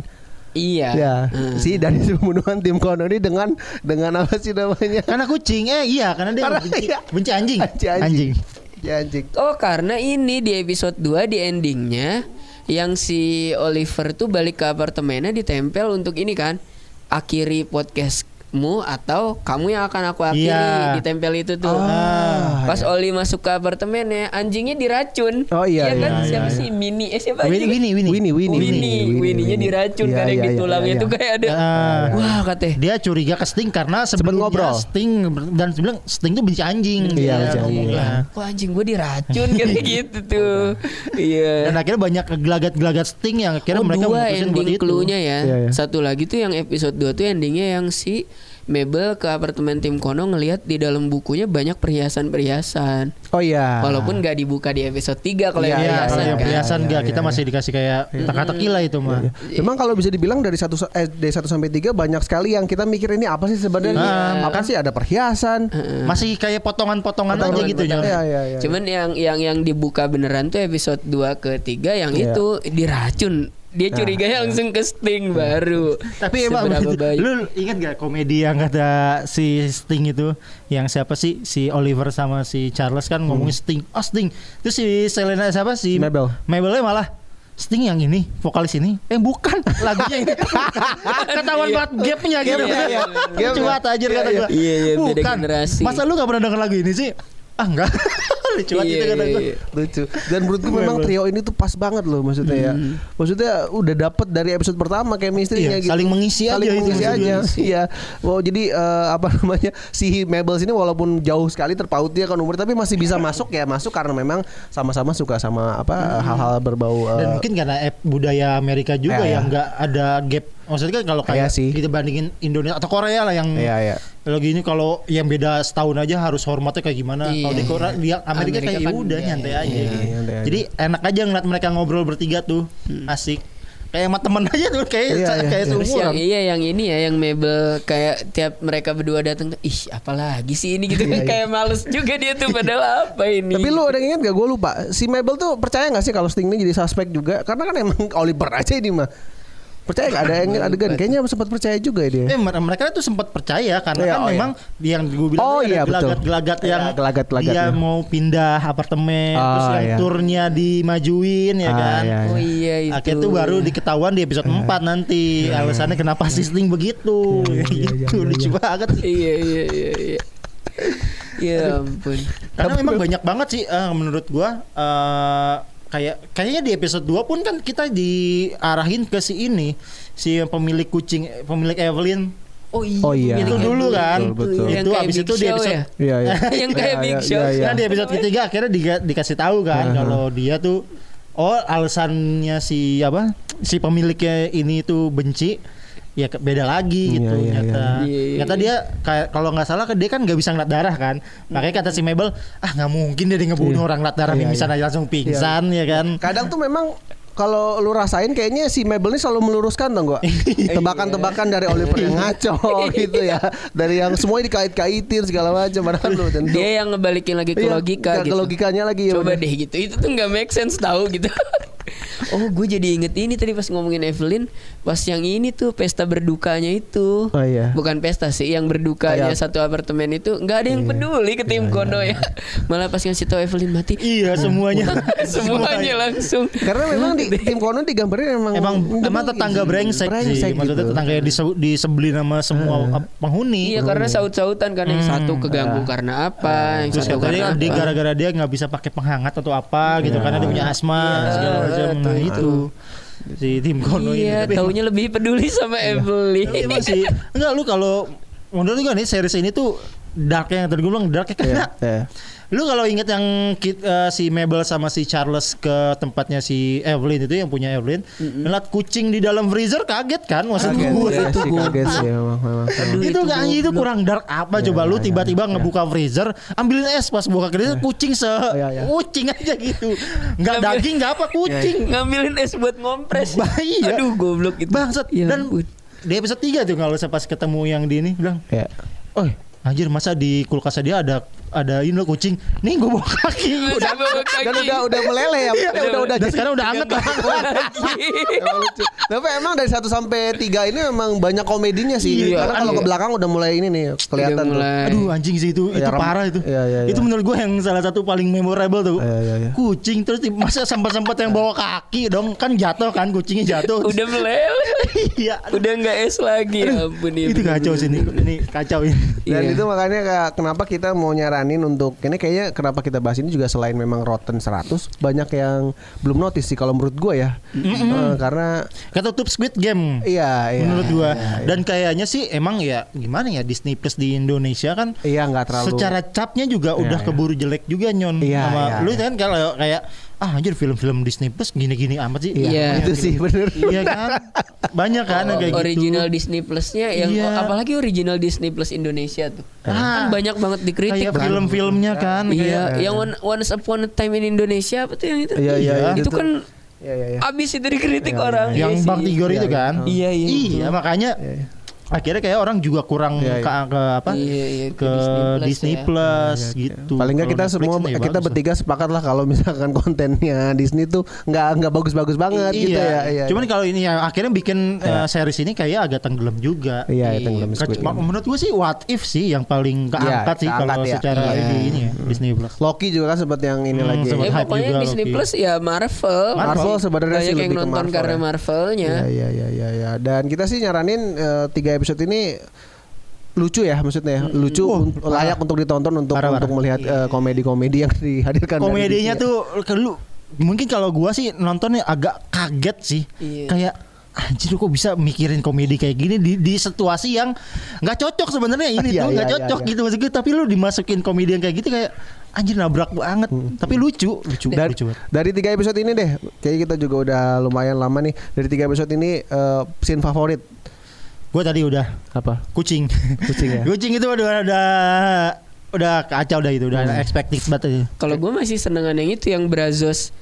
Speaker 2: Iya.
Speaker 7: Ya, si dari pembunuhan tim Kono ini dengan dengan apa sih namanya?
Speaker 8: karena kucing eh iya karena dia
Speaker 7: Karena
Speaker 8: benci,
Speaker 7: iya.
Speaker 8: benci anjing.
Speaker 7: Anjing, anjing. Ya anjing.
Speaker 2: Oh karena ini di episode 2 di endingnya yang si Oliver tuh balik ke apartemennya ditempel untuk ini kan akhiri podcastmu atau kamu yang akan aku akhiri
Speaker 8: Iya.
Speaker 2: ditempel itu tuh. Ah, Pas Oli masuk ke apartemennya anjingnya diracun.
Speaker 7: Ah, iya. Oh, iya,
Speaker 2: kan
Speaker 7: iya,
Speaker 2: siapa
Speaker 7: iya,
Speaker 2: sih Mini eh siapa
Speaker 8: Winnie
Speaker 2: anjing?
Speaker 8: Winnie Winnie.
Speaker 7: Winnie, Winnie,
Speaker 2: Winnie,
Speaker 7: Winnie,
Speaker 2: Winnie-nya
Speaker 7: Winnie.
Speaker 2: diracun
Speaker 7: Iya,
Speaker 2: kan yang
Speaker 7: iya,
Speaker 2: di
Speaker 7: iya,
Speaker 2: tulangnya
Speaker 7: iya.
Speaker 2: tuh kayak ada.
Speaker 8: Ah.
Speaker 2: Wah, kateh.
Speaker 8: dia curiga ke Sting karena sebelumnya
Speaker 7: ngobrol.
Speaker 8: Sting dan dia bilang Sting tuh benci anjing
Speaker 7: Iya,
Speaker 8: Dia
Speaker 7: benci anjing.
Speaker 8: ngomongnya.
Speaker 2: Wah anjing gue diracun kayak gitu tuh. Iya.
Speaker 8: dan akhirnya banyak gelagat-gelagat Sting yang akhirnya
Speaker 2: oh,
Speaker 8: mereka
Speaker 2: dua
Speaker 8: memutusin buat
Speaker 2: ending
Speaker 8: itu
Speaker 2: clue-nya ya.
Speaker 7: Iya, iya.
Speaker 2: Satu lagi tuh yang episode 2 tuh endingnya yang si Mabel ke apartemen tim Kono ngelihat di dalam bukunya banyak perhiasan-perhiasan.
Speaker 7: Oh iya.
Speaker 2: Walaupun nggak dibuka di episode 3 kalau
Speaker 7: Iya,
Speaker 2: yang
Speaker 8: Ah. Iya,
Speaker 7: iya,
Speaker 2: perhiasan
Speaker 8: kalau yang
Speaker 2: kan.
Speaker 8: perhiasan
Speaker 7: Iya,
Speaker 8: enggak
Speaker 7: iya,
Speaker 8: kita
Speaker 7: iya.
Speaker 8: masih dikasih kayak teka-teki lah itu mah
Speaker 7: Memang kalau bisa dibilang dari satu eh, dari satu sampai tiga banyak sekali yang kita mikir ini apa sih sebenarnya?
Speaker 8: Iya.
Speaker 7: Apa sih ada perhiasan?
Speaker 8: masih kayak potongan-potongan aja
Speaker 7: Potongan-
Speaker 8: gitu jangan
Speaker 7: Iya, iya, iya.
Speaker 2: Cuman yang yang yang dibuka beneran tuh episode 2 ke 3 yang
Speaker 7: Iya.
Speaker 2: itu diracun. Dia curiganya langsung ke Sting baru.
Speaker 8: Ah. tapi emang gitu.
Speaker 2: Seberapa
Speaker 8: begitu.
Speaker 2: baik.
Speaker 8: lu ingat gak komedi yang kata si Sting itu yang siapa sih si Oliver sama si Charles kan
Speaker 2: Hmm.
Speaker 8: ngomongin Sting oh Sting terus si Selena siapa si
Speaker 7: Mabel.
Speaker 8: Mabelnya malah Sting yang ini vokalis ini eh bukan lagunya ini ketahuan banget gapnya gitu
Speaker 2: Iya, iya.
Speaker 7: Gap,
Speaker 8: lucu banget anjir kata
Speaker 7: iya.
Speaker 8: gue
Speaker 2: Iya, iya, beda generasi.
Speaker 8: masa lu gak pernah denger lagu ini sih ah enggak lucu banget
Speaker 2: Iya,
Speaker 8: gitu kata
Speaker 2: iya,
Speaker 8: gue
Speaker 2: iya.
Speaker 7: lucu dan menurutku memang trio ini tuh pas banget loh maksudnya ya maksudnya udah dapet dari episode pertama
Speaker 8: Hmm. Iya,
Speaker 7: chemistry-nya gitu
Speaker 8: saling mengisi aja
Speaker 7: saling
Speaker 8: itu
Speaker 7: mengisi
Speaker 8: maksud
Speaker 7: aja
Speaker 8: gue.
Speaker 7: iya wow jadi eh, apa namanya si Mabel sini walaupun jauh sekali terpautnya kan umur tapi masih bisa masuk ya masuk karena memang sama-sama suka sama apa hal-hal berbau eh,
Speaker 8: Hmm. dan mungkin karena ep- budaya Amerika juga
Speaker 7: Iya, iya.
Speaker 8: yang nggak ada gap maksudnya kan kalau kayak
Speaker 7: Iya sih.
Speaker 8: kita bandingin Indonesia atau Korea lah yang
Speaker 7: Iya, iya.
Speaker 8: lagi ini kalau yang beda setahun aja harus hormatnya kayak gimana
Speaker 2: Iya.
Speaker 8: kalau di Korea di Amerika,
Speaker 2: Amerika
Speaker 8: kayak ya
Speaker 2: kan
Speaker 8: udah
Speaker 2: iya,
Speaker 8: nyantai
Speaker 2: iya, Hmm.
Speaker 8: aja
Speaker 7: iya,
Speaker 8: gitu.
Speaker 7: nyantai aja.
Speaker 8: jadi enak aja ngeliat mereka ngobrol bertiga tuh asik kayak sama temen aja tuh kayak
Speaker 7: Iya, iya,
Speaker 8: kayak
Speaker 7: iya.
Speaker 2: Terus
Speaker 8: seumuran.
Speaker 2: yang iya yang ini ya yang mebel kayak tiap mereka berdua datang tuh, ih apalagi sih ini gitu kan kayak males juga dia tuh padahal apa ini.
Speaker 7: Iya,
Speaker 2: Gitu.
Speaker 7: Tapi lu ada yang ingat gak? Gue lupa. Si Mabel tuh percaya gak sih kalau Sting ini jadi suspek juga? Karena kan emang Oliver aja ini mah. Percaya nggak ada yang adegan? Kayaknya sempat percaya juga ya dia.
Speaker 8: Eh, mer- mereka tuh sempat percaya karena
Speaker 7: Iya,
Speaker 8: kan
Speaker 7: oh,
Speaker 8: memang yang gue bilang
Speaker 7: Oh,
Speaker 8: tadi
Speaker 7: iya,
Speaker 8: ada
Speaker 7: betul.
Speaker 8: gelagat-gelagat
Speaker 7: Iya,
Speaker 8: yang
Speaker 7: gelagat-gelagat
Speaker 8: dia
Speaker 7: ya.
Speaker 8: mau pindah apartemen
Speaker 7: Ah,
Speaker 8: terus yang
Speaker 7: iya.
Speaker 8: turnya dimajuin ya
Speaker 7: Ah,
Speaker 8: kan.
Speaker 7: iya,
Speaker 2: Oh iya itu.
Speaker 8: Akhirnya tuh baru diketahuan di episode 4
Speaker 7: Iya,
Speaker 8: nanti alasannya kenapa sisting begitu. gitu lucu banget.
Speaker 2: Iya iya iya iya. Ya ampun.
Speaker 8: Karena memang banyak banget sih eh, menurut gua eh, kayak kayaknya di episode 2 pun kan kita diarahin ke si ini si pemilik kucing eh, pemilik Evelyn
Speaker 2: Oh iya.
Speaker 7: Oh, iya.
Speaker 8: itu
Speaker 7: Evelyn.
Speaker 8: dulu kan
Speaker 7: Betul, betul.
Speaker 8: itu
Speaker 2: kayak
Speaker 8: habis
Speaker 2: Big
Speaker 8: itu di
Speaker 2: Show
Speaker 8: episode
Speaker 2: ya?
Speaker 7: Iya, iya.
Speaker 2: yang kayak
Speaker 7: Iya,
Speaker 2: Big
Speaker 7: iya,
Speaker 2: Show.
Speaker 7: iya, iya.
Speaker 8: Nah, di episode ketiga akhirnya diga- dikasih tahu kan
Speaker 7: Uh-huh.
Speaker 8: kalau dia tuh oh alasannya si apa si pemiliknya ini tuh benci ya ke- beda lagi
Speaker 7: Iya,
Speaker 8: gitu
Speaker 7: iya,
Speaker 8: kata
Speaker 2: iya. Iya,
Speaker 8: kata dia kayak kalau nggak salah dia kan nggak bisa ngeliat darah kan makanya kata si Mabel ah nggak mungkin dia ngebunuh
Speaker 7: Iya.
Speaker 8: orang ngeliat darah
Speaker 7: Iya,
Speaker 8: pingsan aja langsung pingsan ya kan
Speaker 7: Kadang tuh memang kalau lu rasain kayaknya si Mabel ini selalu meluruskan tuh enggak
Speaker 8: Iya.
Speaker 7: tebakan-tebakan dari Oliver yang ngaco gitu ya dari yang semuanya dikait-kaitin segala macam padahal lu tentu
Speaker 2: Dia yang ngebalikin lagi ke
Speaker 7: Iya,
Speaker 2: logika
Speaker 7: ke- ke
Speaker 2: gitu.
Speaker 7: logikanya lagi ya
Speaker 2: Coba
Speaker 7: bener.
Speaker 2: deh gitu. Itu tuh nggak make sense tahu gitu. oh, gue jadi inget ini tadi pas ngomongin Evelyn, pas yang ini tuh pesta berdukanya itu.
Speaker 7: Oh, iya.
Speaker 2: Bukan pesta sih, yang berdukanya
Speaker 7: Kayak-
Speaker 2: satu apartemen itu nggak ada
Speaker 7: Iya.
Speaker 2: yang peduli ke tim Kono ya. Malah pas ngasih tahu Evelyn mati,
Speaker 8: iya semuanya
Speaker 2: semuanya langsung.
Speaker 7: karena memang di tim Konon digambarin emang
Speaker 8: Emang emang tetangga brengsek, sih, maksudnya
Speaker 7: gitu.
Speaker 8: tetangga yang dise- disebelin sama semua eh, penghuni.
Speaker 7: Oh.
Speaker 2: Iya karena saut-sautan kan yang satu
Speaker 7: Hmm.
Speaker 2: keganggu
Speaker 7: Ah.
Speaker 2: karena apa, yang
Speaker 8: Terus
Speaker 2: satu karena
Speaker 8: katanya dia
Speaker 2: apa.
Speaker 8: gara-gara dia nggak bisa pakai penghangat atau apa gitu karena dia punya asma segala macam. Nah itu si tim Kono
Speaker 2: Iya,
Speaker 8: ini. Iya, Tapi
Speaker 2: taunya lebih peduli sama
Speaker 7: Iya.
Speaker 2: Evelyn.
Speaker 8: tapi emang sih enggak lu kalau menurut gue nih series ini tuh darknya yang tadi gue bilang darknya
Speaker 7: Iya,
Speaker 8: karena
Speaker 7: iya.
Speaker 8: Lu kalau inget yang kit- eh, si Mabel sama si Charles ke tempatnya si Evelyn itu yang punya Evelyn, ngeliat kucing di dalam freezer kaget kan? Maksud
Speaker 7: Kaget,
Speaker 8: gue
Speaker 7: iya
Speaker 8: itu
Speaker 7: sih, kaget sih emang, memang.
Speaker 8: itu nggak itu kurang dark apa coba lu tiba-tiba ngebuka freezer ambilin es pas buka freezer kucing se
Speaker 7: iya, iya.
Speaker 8: kucing aja gitu nggak
Speaker 2: Ngambil-
Speaker 8: daging nggak apa kucing
Speaker 2: Ngambilin es buat ngompres.
Speaker 8: Ya, Bah, iya.
Speaker 2: Iya, Aduh goblok itu.
Speaker 8: bangsat
Speaker 2: Ya
Speaker 8: dan
Speaker 2: ampun.
Speaker 8: di episode 3 tuh kalau saya pas ketemu yang di ini bilang
Speaker 7: Ya.
Speaker 8: oh anjir masa di kulkas dia ada ada ini loh kucing nih gue bawa kaki udah
Speaker 2: Udah bawa kaki.
Speaker 7: Dan udah udah meleleh ya. Udah udah, udah
Speaker 8: dan sekarang udah anget lah
Speaker 7: Emang lucu. Tapi emang dari 1 sampai 3 ini emang banyak komedinya sih.
Speaker 2: Iya,
Speaker 7: Karena kalau
Speaker 2: iya.
Speaker 7: ke belakang udah mulai ini nih kelihatan
Speaker 2: Udah
Speaker 7: tuh.
Speaker 2: mulai.
Speaker 8: Aduh anjing sih itu itu
Speaker 7: Ya, rem-
Speaker 8: parah itu.
Speaker 7: Iya, iya,
Speaker 8: Itu
Speaker 7: iya.
Speaker 8: menurut gue yang salah satu paling memorable tuh.
Speaker 7: Iya, iya, iya.
Speaker 8: Kucing terus di- masa sempat-sempat yang bawa kaki dong kan jatuh kan kucingnya jatuh.
Speaker 2: udah meleleh.
Speaker 8: iya. aduh.
Speaker 2: udah nggak es lagi. Ya ampun ya.
Speaker 8: itu
Speaker 2: bener-bener.
Speaker 8: kacau sih ini. Ini kacau ini.
Speaker 7: Dan
Speaker 2: Iya.
Speaker 7: itu makanya kayak kenapa kita mau nyaranin untuk ini kayaknya kenapa kita bahas ini juga selain memang rotten 100 banyak yang belum notice sih kalau menurut gue ya. Eh, karena
Speaker 8: Ketutup Squid Game.
Speaker 7: iya iya.
Speaker 8: menurut gua
Speaker 7: Iya, iya.
Speaker 8: dan kayaknya sih emang ya gimana ya Disney Plus di Indonesia kan
Speaker 7: Iya, nggak terlalu-
Speaker 8: secara capnya juga udah
Speaker 7: iya.
Speaker 8: keburu jelek juga nyon
Speaker 7: Iya,
Speaker 8: sama
Speaker 7: iya,
Speaker 8: lu
Speaker 7: iya.
Speaker 8: kan kalau kayak ah anjir film-film Disney Plus gini-gini amat sih
Speaker 7: Iya,
Speaker 2: Iya.
Speaker 7: itu sih bener.
Speaker 8: Iya kan banyak kan yang kayak gitu
Speaker 2: original Disney Plusnya yang
Speaker 8: Iya.
Speaker 2: apalagi original Disney Plus Indonesia tuh
Speaker 8: Ah.
Speaker 2: kan banyak banget dikritik
Speaker 8: kayak
Speaker 2: kan.
Speaker 8: film-filmnya kan kayak-
Speaker 2: Iya, yang one- Once Upon a Time in Indonesia apa tuh yang itu?
Speaker 7: Iya, iya,
Speaker 2: itu
Speaker 7: itu tuh.
Speaker 2: kan
Speaker 7: Iya iya iya.
Speaker 2: abis itu dikritik orang.
Speaker 8: yang
Speaker 2: Iya sih.
Speaker 8: Bang Tigor itu
Speaker 7: iya.
Speaker 8: kan
Speaker 2: Iya, iya,
Speaker 8: iya makanya akhirnya kayak orang juga kurang
Speaker 7: Iya, iya.
Speaker 8: Ke, ke apa
Speaker 2: Iya, iya,
Speaker 8: ke Disney Plus, gitu
Speaker 7: iya. Paling nggak
Speaker 8: Kalau
Speaker 7: kita
Speaker 8: Netflix
Speaker 7: semua
Speaker 8: nih
Speaker 7: kita
Speaker 8: bagus.
Speaker 7: bertiga sepakat lah kalau misalkan kontennya Disney tuh nggak nggak bagus-bagus banget
Speaker 8: iya.
Speaker 7: gitu ya. Iya.
Speaker 8: cuman kalau ini yang akhirnya bikin eh, series ini kayak agak tenggelam juga
Speaker 7: iya itu yang
Speaker 8: Ke- menurut gue sih What If sih yang paling keangkat sih
Speaker 7: keangkat
Speaker 8: kalau
Speaker 7: ya.
Speaker 8: secara
Speaker 7: Iya.
Speaker 8: ini, ini ya, Disney Plus
Speaker 7: Loki juga kan sempat yang ini
Speaker 8: Hmm,
Speaker 7: lagi.
Speaker 8: sempat.
Speaker 2: Eh,
Speaker 8: hype
Speaker 2: pokoknya
Speaker 8: juga,
Speaker 2: Disney
Speaker 8: Loki.
Speaker 2: Plus ya Marvel.
Speaker 7: Marvel sebenarnya sih
Speaker 2: Banyak yang
Speaker 7: lebih ke
Speaker 2: nonton
Speaker 7: Marvel
Speaker 2: karena
Speaker 7: ya.
Speaker 2: Marvelnya.
Speaker 7: Iya iya iya iya ya. Dan kita sih nyaranin eh, tiga episode ini lucu ya maksudnya ya. lucu un- layak untuk ditonton untuk
Speaker 8: Parah,
Speaker 7: untuk
Speaker 8: parah.
Speaker 7: melihat eh, komedi-komedi yang dihadirkan Kan dari
Speaker 8: komedinya
Speaker 7: Disney.
Speaker 8: tuh ke lu mungkin kalau gua sih nontonnya agak kaget sih
Speaker 2: Iya.
Speaker 8: kayak anjir kok bisa mikirin komedi kayak gini di, di situasi yang nggak cocok sebenarnya ini tuh
Speaker 7: Iya, iya,
Speaker 8: nggak
Speaker 7: iya,
Speaker 8: cocok
Speaker 7: iya.
Speaker 8: gitu maksud gue tapi lu dimasukin komedi yang kayak gitu kayak anjir nabrak banget
Speaker 7: Hmm.
Speaker 8: tapi lucu lucu
Speaker 7: Dan-
Speaker 8: lucu banget.
Speaker 7: dari tiga episode ini deh kayaknya kita juga udah lumayan lama nih dari tiga episode ini eh, scene favorit
Speaker 8: gua tadi udah
Speaker 7: apa
Speaker 8: kucing
Speaker 7: Kucing ya?
Speaker 8: kucing itu udah udah udah kacau dah itu udah
Speaker 7: Hmm.
Speaker 8: expected banget
Speaker 2: Kalau gue masih senengan yang itu yang Brazos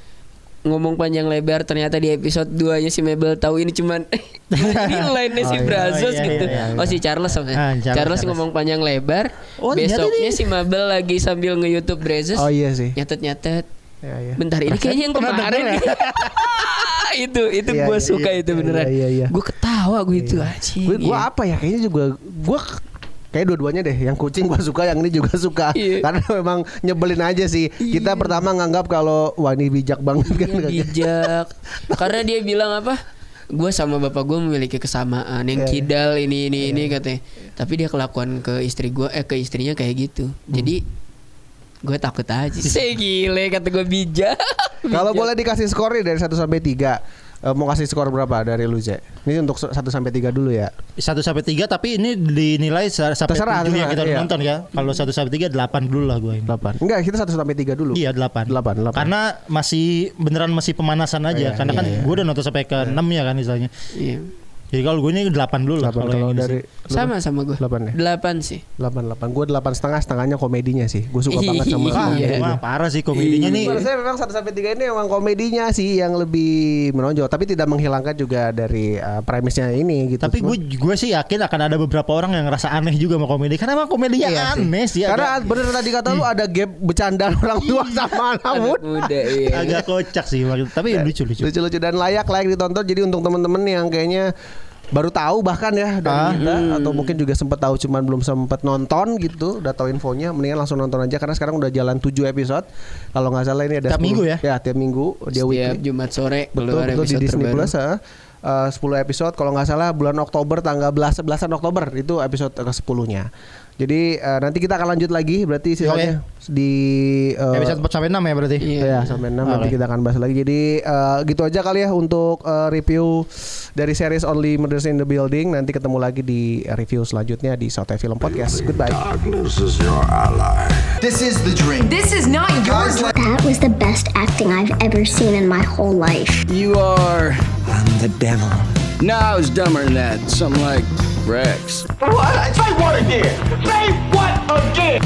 Speaker 2: ngomong panjang lebar ternyata di episode 2 nya si Mabel tahu ini cuman ini line-nya si
Speaker 7: Oh, iya.
Speaker 2: Brazos
Speaker 8: Oh, iya,
Speaker 2: gitu.
Speaker 8: iya, iya, iya.
Speaker 2: Oh si Charles sama.
Speaker 8: Ah,
Speaker 2: Charles,
Speaker 8: Charles, Charles.
Speaker 2: ngomong panjang lebar.
Speaker 8: Oh, ternyata
Speaker 2: besoknya
Speaker 8: ini-
Speaker 2: si Mabel lagi sambil nge-YouTube Brazos.
Speaker 7: oh iya sih
Speaker 2: Nyatet-nyatet.
Speaker 7: Iya, iya.
Speaker 2: Bentar ini kayaknya yang
Speaker 8: Pernah
Speaker 2: kemarin.
Speaker 8: denger ya?
Speaker 2: itu itu
Speaker 7: Iya,
Speaker 2: gue
Speaker 7: iya,
Speaker 2: suka
Speaker 7: iya,
Speaker 2: itu
Speaker 7: iya,
Speaker 2: beneran.
Speaker 7: iya, iya.
Speaker 2: Gue ketawa gue itu anjing.
Speaker 7: gue gue
Speaker 2: Iya.
Speaker 7: apa ya kayaknya juga gue k- kayak dua-duanya deh yang kucing gue suka yang ini juga suka
Speaker 2: Iya.
Speaker 7: karena memang nyebelin aja sih kita pertama nganggap kalau wah ini bijak banget kan
Speaker 2: Dia Iya, bijak karena dia bilang apa gue sama bapak gue memiliki kesamaan yang
Speaker 7: Iya, iya.
Speaker 2: kidal ini ini ini katanya tapi dia kelakuan ke istri gue eh ke istrinya kayak gitu
Speaker 7: Hmm.
Speaker 2: jadi gue takut aja sih gile kata gue bijak
Speaker 7: kalau
Speaker 2: Bijak.
Speaker 7: boleh dikasih skor nih dari 1 sampai 3 Eh, mau kasih skor berapa dari lu Zek? Ini untuk 1 sampai 3 dulu ya.
Speaker 8: Satu sampai tiga tapi ini dinilai sa- sampai
Speaker 7: Terserah,
Speaker 8: tujuh yang
Speaker 7: terserah,
Speaker 8: kita
Speaker 7: iya.
Speaker 8: nonton ya. Kalau satu sampai tiga delapan dulu lah gue ini.
Speaker 7: 8. Enggak, kita 1 sampai 3 dulu.
Speaker 8: Iya delapan.
Speaker 7: Delapan, delapan.
Speaker 8: Karena masih beneran masih pemanasan aja.
Speaker 7: Iya,
Speaker 8: Karena
Speaker 7: iya,
Speaker 8: kan
Speaker 7: iya.
Speaker 8: gue udah nonton sampai ke enam ya kan misalnya.
Speaker 2: Iya.
Speaker 8: Jadi kalau gue ini delapan dulu lah.
Speaker 7: 8 kalau
Speaker 8: yang ini
Speaker 7: dari
Speaker 8: sih.
Speaker 2: sama sama gue
Speaker 7: Delapan ya?
Speaker 2: delapan sih
Speaker 7: 8 8. Gue 8 setengah setengahnya komedinya sih. Gue suka banget sama
Speaker 2: Iya.
Speaker 8: Wah,
Speaker 7: komedinya.
Speaker 8: itu mah parah sih komedinya nih.
Speaker 7: Menurut saya memang 1 sampai 3 ini memang komedinya sih yang lebih menonjol tapi tidak menghilangkan juga dari eh, premisnya ini gitu.
Speaker 8: Tapi
Speaker 7: Cuma-
Speaker 8: gue gue sih yakin akan ada beberapa orang yang ngerasa aneh juga sama komedi. Karena emang komedinya
Speaker 7: Iya sih.
Speaker 8: aneh sih. Hmm.
Speaker 7: Karena
Speaker 8: agak,
Speaker 7: bener tadi kata lu ada gap bercandaan orang tua sama anak
Speaker 2: Anak
Speaker 7: muda.
Speaker 2: muda iya
Speaker 8: agak kocak sih. Tapi
Speaker 7: Iya.
Speaker 8: lucu lucu.
Speaker 7: Lucu-lucu dan layak layak ditonton. Jadi untuk temen-temen yang kayaknya baru tahu bahkan
Speaker 8: Ah.
Speaker 7: ya dari kita
Speaker 8: Hmm.
Speaker 7: atau mungkin juga sempat tahu cuman belum sempat nonton gitu udah tahu infonya mendingan langsung nonton aja karena sekarang udah jalan 7 episode kalau nggak salah ini ada
Speaker 8: Tiap minggu ya?
Speaker 7: ya tiap minggu dia
Speaker 2: Setiap
Speaker 7: weekly
Speaker 2: Jumat sore
Speaker 7: betul betul
Speaker 2: keluar
Speaker 7: di
Speaker 2: episode
Speaker 7: Disney
Speaker 2: terbaru.
Speaker 7: Plus ya. Eh, 10 episode kalau nggak salah bulan Oktober tanggal 11 11 Oktober itu episode ke 10-nya. Jadi eh, nanti kita akan lanjut lagi berarti sisanya di eh,
Speaker 8: Episode empat sampai enam ya berarti.
Speaker 7: Ya,
Speaker 2: Iya.
Speaker 7: sampai 6 nanti
Speaker 8: Oke.
Speaker 7: kita akan bahas lagi. Jadi eh, gitu aja kali ya untuk eh, review dari series Only Murders in the Building. Nanti ketemu lagi di review selanjutnya di Sote Film Podcast. Goodbye.
Speaker 1: Darkness is your ally.
Speaker 3: This is the dream.
Speaker 9: This is not your dream.
Speaker 4: That was the best acting I've ever seen in my whole life.
Speaker 5: You are.
Speaker 1: I'm the devil.
Speaker 5: No, I was dumber than that. Something like Rex.
Speaker 6: What? Say what again? Say what again?